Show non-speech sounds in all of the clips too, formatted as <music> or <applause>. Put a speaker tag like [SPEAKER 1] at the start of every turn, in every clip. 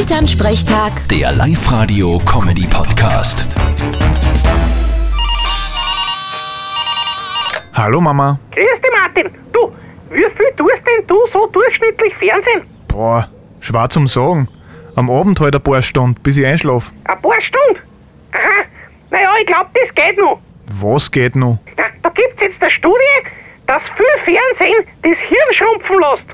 [SPEAKER 1] Elternsprechtag,
[SPEAKER 2] Der Live-Radio-Comedy-Podcast.
[SPEAKER 3] Hallo Mama.
[SPEAKER 4] Grüß dich, Martin. Du, wie viel tust denn du so durchschnittlich Fernsehen?
[SPEAKER 3] Boah, schwer zum Sagen. Am Abend halt ein paar Stunden, bis ich einschlafe.
[SPEAKER 4] Ein paar Stunden? Aha. Naja, ich glaub, das geht noch.
[SPEAKER 3] Was geht noch?
[SPEAKER 4] Na, da gibt's jetzt eine Studie, dass viel Fernsehen das Hirn schrumpfen lässt.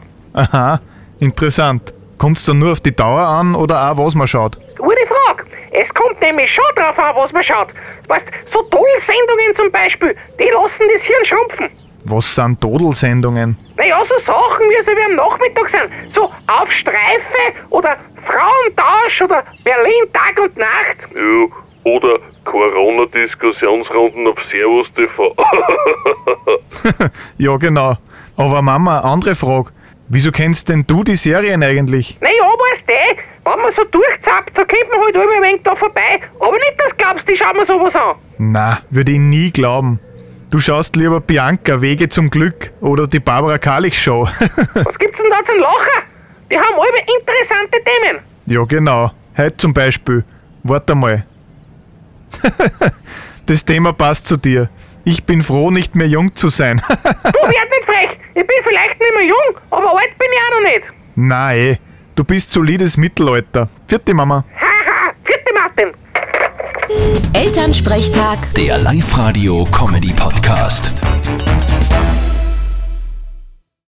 [SPEAKER 3] Aha, interessant. Kommt's dann nur auf die Dauer an oder auch was man schaut?
[SPEAKER 4] Gute Frage. Es kommt nämlich schon drauf an, was man schaut. Weißt, so tolle Sendungen zum Beispiel, die lassen das Hirn schrumpfen.
[SPEAKER 3] Was sind Todelsendungen?
[SPEAKER 4] Naja, so Sachen, wie sie wie am Nachmittag sind. So auf Streife oder Frauentausch oder Berlin Tag und Nacht.
[SPEAKER 5] Ja, oder Corona-Diskussionsrunden auf Servus TV.
[SPEAKER 3] Ja, genau. Aber Mama, andere Frage. Wieso kennst denn du die Serien eigentlich?
[SPEAKER 4] Naja, weißt du, eh, wenn man so durchzappt, da kommt man halt immer ein wenig da vorbei. Aber nicht, dass du glaubst, die schauen mir sowas an.
[SPEAKER 3] Na, würde ich nie glauben. Du schaust lieber Bianca, Wege zum Glück oder die Barbara Karlich Show.
[SPEAKER 4] Was gibt's denn da zum Lachen? Die haben alle interessante Themen.
[SPEAKER 3] Ja, genau. Heute zum Beispiel. Warte mal. <laughs> das Thema passt zu dir. Ich bin froh, nicht mehr jung zu sein. <laughs>
[SPEAKER 4] Du werd nicht frech. Ich bin vielleicht nicht mehr jung, aber alt bin ich auch noch nicht.
[SPEAKER 3] Nein, du bist solides Mittelalter. Vierte Mama.
[SPEAKER 4] Haha, <laughs> vierte Martin.
[SPEAKER 1] Elternsprechtag.
[SPEAKER 2] Der Live-Radio-Comedy-Podcast.